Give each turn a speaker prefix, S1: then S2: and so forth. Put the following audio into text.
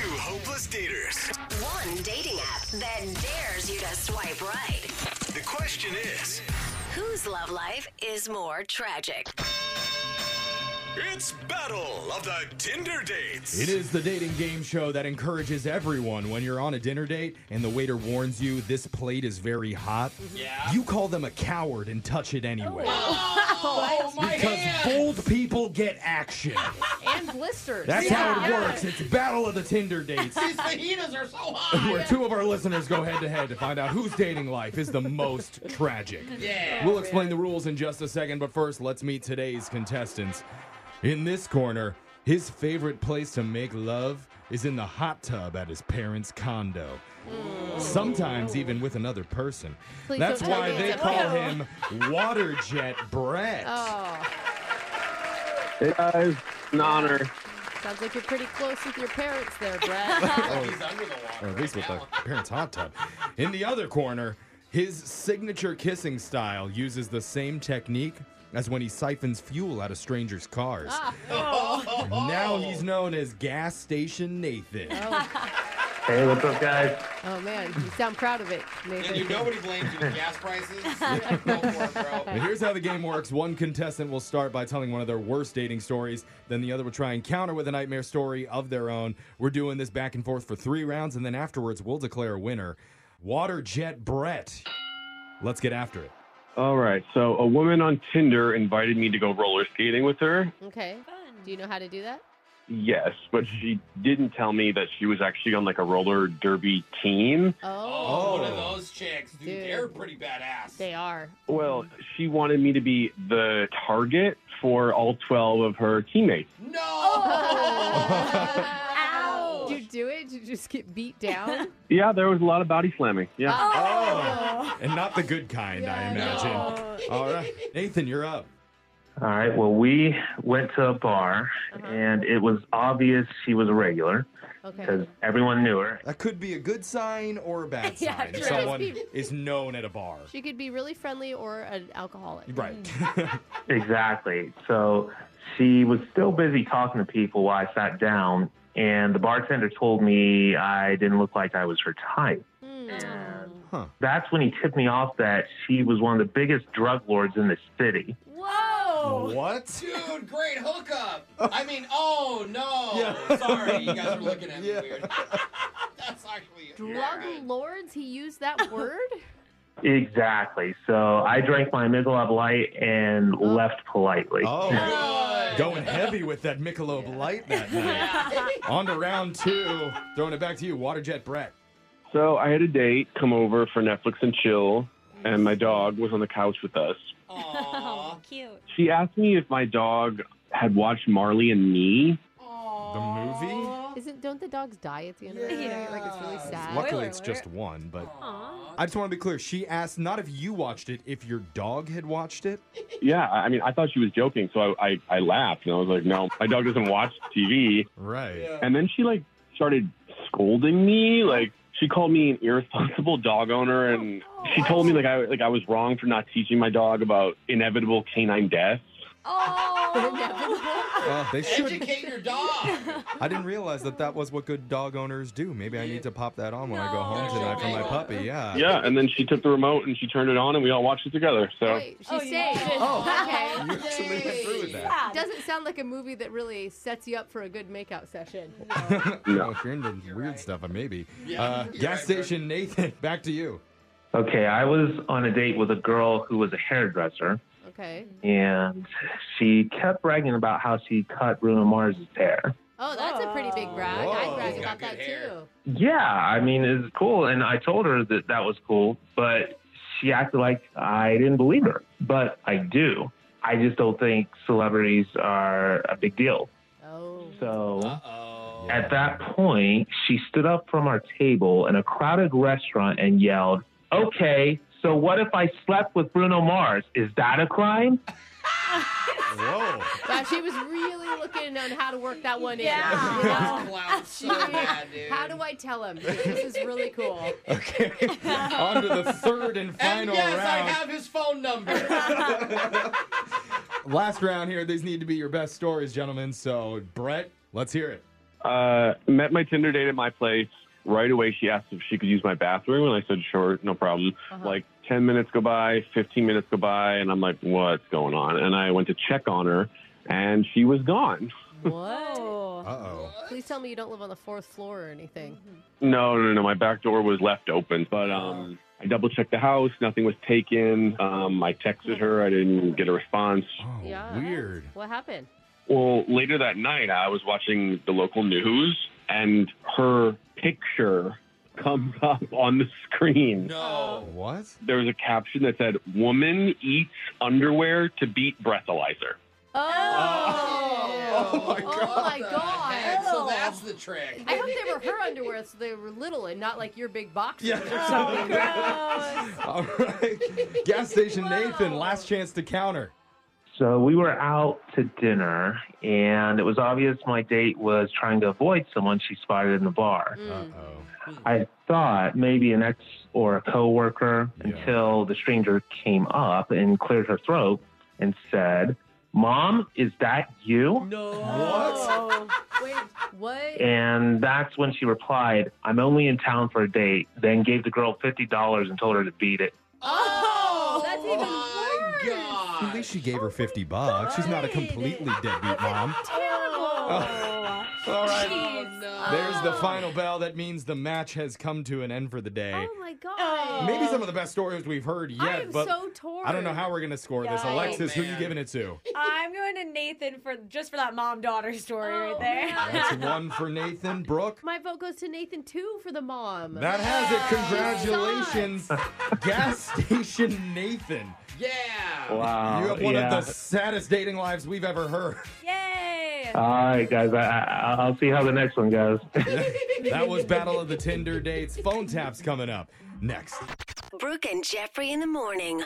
S1: Hopeless daters.
S2: One dating app that dares you to swipe right.
S1: The question is
S2: Whose love life is more tragic?
S1: it's Battle of the Tinder Dates.
S3: It is the dating game show that encourages everyone when you're on a dinner date and the waiter warns you this plate is very hot. Yeah. You call them a coward and touch it anyway. because bold people get action.
S4: and blisters.
S3: That's how it works. It's Battle of the Tinder Dates.
S5: These fajitas are so hot.
S3: Where two of our listeners go head to head to find out whose dating life is the most tragic.
S5: Yeah.
S3: We'll explain the rules in just a second, but first, let's meet today's contestants. In this corner, his favorite place to make love is in the hot tub at his parents' condo. Sometimes even with another person.
S4: Please
S3: That's
S4: don't tell
S3: why
S4: me
S3: they
S4: it's a
S3: call
S4: girl.
S3: him Water Jet Brett.
S4: Oh,
S6: Hey guys, an honor.
S4: sounds like you're pretty close with your parents there, Brad.
S3: Or-
S5: He's under the water.
S3: or at least with
S5: right
S3: the
S5: now.
S3: parents' hot tub. In the other corner, his signature kissing style uses the same technique as when he siphons fuel out of strangers' cars.
S4: Ah.
S5: Oh.
S4: Oh.
S3: Now he's known as Gas Station Nathan.
S6: Hey, what's up, guys?
S4: oh man, you sound proud of it, Nathan.
S5: And you, nobody blames you with gas prices. Yeah, go for it, bro.
S3: And here's how the game works. One contestant will start by telling one of their worst dating stories. Then the other will try and counter with a nightmare story of their own. We're doing this back and forth for three rounds, and then afterwards, we'll declare a winner. Water Jet Brett. Let's get after it.
S6: All right, so a woman on Tinder invited me to go roller skating with her.
S4: Okay. Do you know how to do that?
S6: Yes, but she didn't tell me that she was actually on like a roller derby team.
S4: Oh,
S5: Oh, one of those chicks, dude.
S4: Dude.
S5: They're pretty badass.
S4: they are.
S6: Well, she wanted me to be the target for all 12 of her teammates.
S5: No. Oh.
S4: Oh. Did you do it? Did you just get beat down?
S6: Yeah, there was a lot of body slamming. Yeah.
S3: Oh, and not the good kind, I
S4: Yeah,
S3: imagine. All right, Nathan, you're up.
S7: All right. Well, we went to a bar,
S4: Uh-huh.
S7: and it was obvious she was a regular because
S4: Okay.
S7: everyone knew her.
S3: That could be a good sign or a bad
S8: Yeah,
S3: sign. If
S8: true.
S3: someone
S4: Just
S3: is known at a bar,
S4: She could be really friendly or an alcoholic.
S3: right?
S7: Exactly. So she was still busy talking to people while I sat down, and the bartender told me I didn't look like I was her type.
S4: Hmm.
S7: That's when he tipped me off that she was one of the biggest drug lords in the city.
S8: Whoa!
S3: What?
S5: Dude, great hookup. I mean, oh no.
S3: Yeah.
S5: Sorry, you guys are looking at me
S3: Yeah.
S5: weird. That's actually
S4: Drug lords? He used that word?
S7: Exactly. So I drank my Michelob Light and left politely.
S3: Oh,
S5: Good.
S3: going heavy with that Michelob Light that night.
S5: Yeah.
S3: On to round two. Throwing it back to you, Waterjet Brett.
S6: So I had a date come over for Netflix and chill, and my dog was on the couch with us.
S5: Aw.
S8: cute.
S6: She asked me if my dog had watched Marley and Me.
S5: Aw.
S3: The movie?
S4: Isn't don't the dogs die at the end of the
S8: Yeah.
S4: night? Like it's really sad.
S8: Luck-
S3: Luckily,
S8: Spoiler
S3: it's
S8: alert.
S3: just one, but
S5: Aw.
S3: I just want to be clear. She asked not if you watched it, if your dog had watched it.
S6: Yeah, I mean, I thought she was joking, so I, I, I laughed and I was like, no, my dog doesn't watch TV.
S3: Right.
S6: And then she like started scolding me, like she called me an irresponsible dog owner, and she told me like I like I was wrong for not teaching my dog about inevitable canine death.
S8: Oh!
S3: Well, Uh, they should.
S5: Educate your dog.
S3: I didn't realize that that was what good dog owners do. Maybe I need to pop that on when I go home
S8: No.
S3: tonight for my puppy. Yeah.
S6: Yeah, and then she took the remote and she turned it on, and we all watched it together. So
S4: Wait, she
S8: Oh,
S4: saved.
S8: yeah.
S4: Okay.
S3: You actually went through with that.
S8: Yeah.
S4: Doesn't sound like a movie that really sets you up for a good makeout session.
S3: No, if you're into weird stuff, I maybe.
S5: Yeah,
S3: uh,
S5: you're
S3: gas
S5: right, bro.
S3: station Nathan, back to you.
S7: Okay, I was on a date with a girl who was a hairdresser.
S4: Okay.
S7: and she kept bragging about how she cut Bruno Mars's hair.
S4: Oh, that's a pretty big brag.
S3: Whoa.
S4: I'd brag
S5: He's got
S4: about
S5: good
S4: that
S5: hair.
S4: too.
S7: Yeah, I mean, it's cool. And I told her that that was cool, but she acted like I didn't believe her. But I do. I just don't think celebrities are a big deal.
S4: Oh.
S7: So
S5: Uh-oh.
S7: at that point, she stood up from our table in a crowded restaurant and yelled, Okay, so what if I slept with Bruno Mars? Is that a crime?
S3: Whoa.
S4: Wow, she was really looking on how to work that one
S8: Yeah.
S4: in.
S5: This clown's so bad, dude.
S4: How do I tell him? This is really cool.
S3: Okay. On to the third and
S5: And
S3: final
S5: yes,
S3: round.
S5: I have his phone number.
S3: Last round here. These need to be your best stories, gentlemen. So, Brett, let's hear it.
S6: Uh, met my Tinder date at my place. Right away, she asked if she could use my bathroom, and I said, sure, no problem. Like 10 minutes go by, 15 minutes go by, and I'm like, what's going on? And I went to check on her, and she was gone.
S4: What?
S3: Uh-oh.
S4: Please tell me you don't live on the fourth floor or anything.
S6: No, no, no. My back door was left open, but um, I double checked the house. Nothing was taken. Um, I texted her. I didn't get a response.
S3: Oh,
S4: Yeah.
S3: weird.
S4: What happened?
S6: Well, later that night, I was watching the local news, and her picture comes up on the screen.
S4: Uh,
S5: No.
S3: What?
S6: There was a caption that said, "Woman eats underwear to beat breathalyzer."
S4: Oh.
S3: Oh, my
S4: Oh my
S5: What the heck?
S4: god.
S5: So that's the trick.
S4: I hope they were her underwear so they were little and not like your big boxes.
S3: Yeah. All right. Gas station Nathan, last chance to counter.
S7: So we were out to dinner, and it was obvious my date was trying to avoid someone she spotted in the bar.
S3: Mm. Uh-oh.
S7: I thought maybe an ex or a coworker
S3: Yeah.
S7: until the stranger came up and cleared her throat and said, "Mom, is that you?"
S3: What?
S4: Wait, what?
S7: And that's when she replied, "I'm only in town for a date." Then gave the girl fifty dollars and told her to beat it.
S4: Oh, that's even
S5: my
S4: worse.
S5: God.
S3: At least she gave her 50 bucks. She's not a completely deadbeat mom.
S8: Terrible.
S3: All right.
S8: Jeez.
S3: There's
S4: Oh.
S3: the final bell. That means the match has come to an end for the day.
S4: Oh my god.
S3: Maybe some of the best stories we've heard yet,
S4: I am
S3: but
S4: so torn.
S3: I don't know how we're going to score this.
S8: Yeah.
S3: Alexis, who you
S5: Man.
S3: giving it to?
S8: I'm going to Nathan for just for that mom daughter story right there.
S3: That's one for Nathan. Brooke?
S4: Oh, My vote goes to Nathan too for the mom.
S3: That has it. Congratulations, gas station Nathan.
S5: Yeah.
S7: Wow!
S3: you have one
S7: Uh, yeah.
S3: of the saddest dating lives we've ever heard.
S8: Yay!
S7: All right, guys. I, I, I'll see how the next one goes.
S3: That was Battle of the Tinder Dates. Phone taps coming up next.
S2: Brooke and Jeffrey in the morning.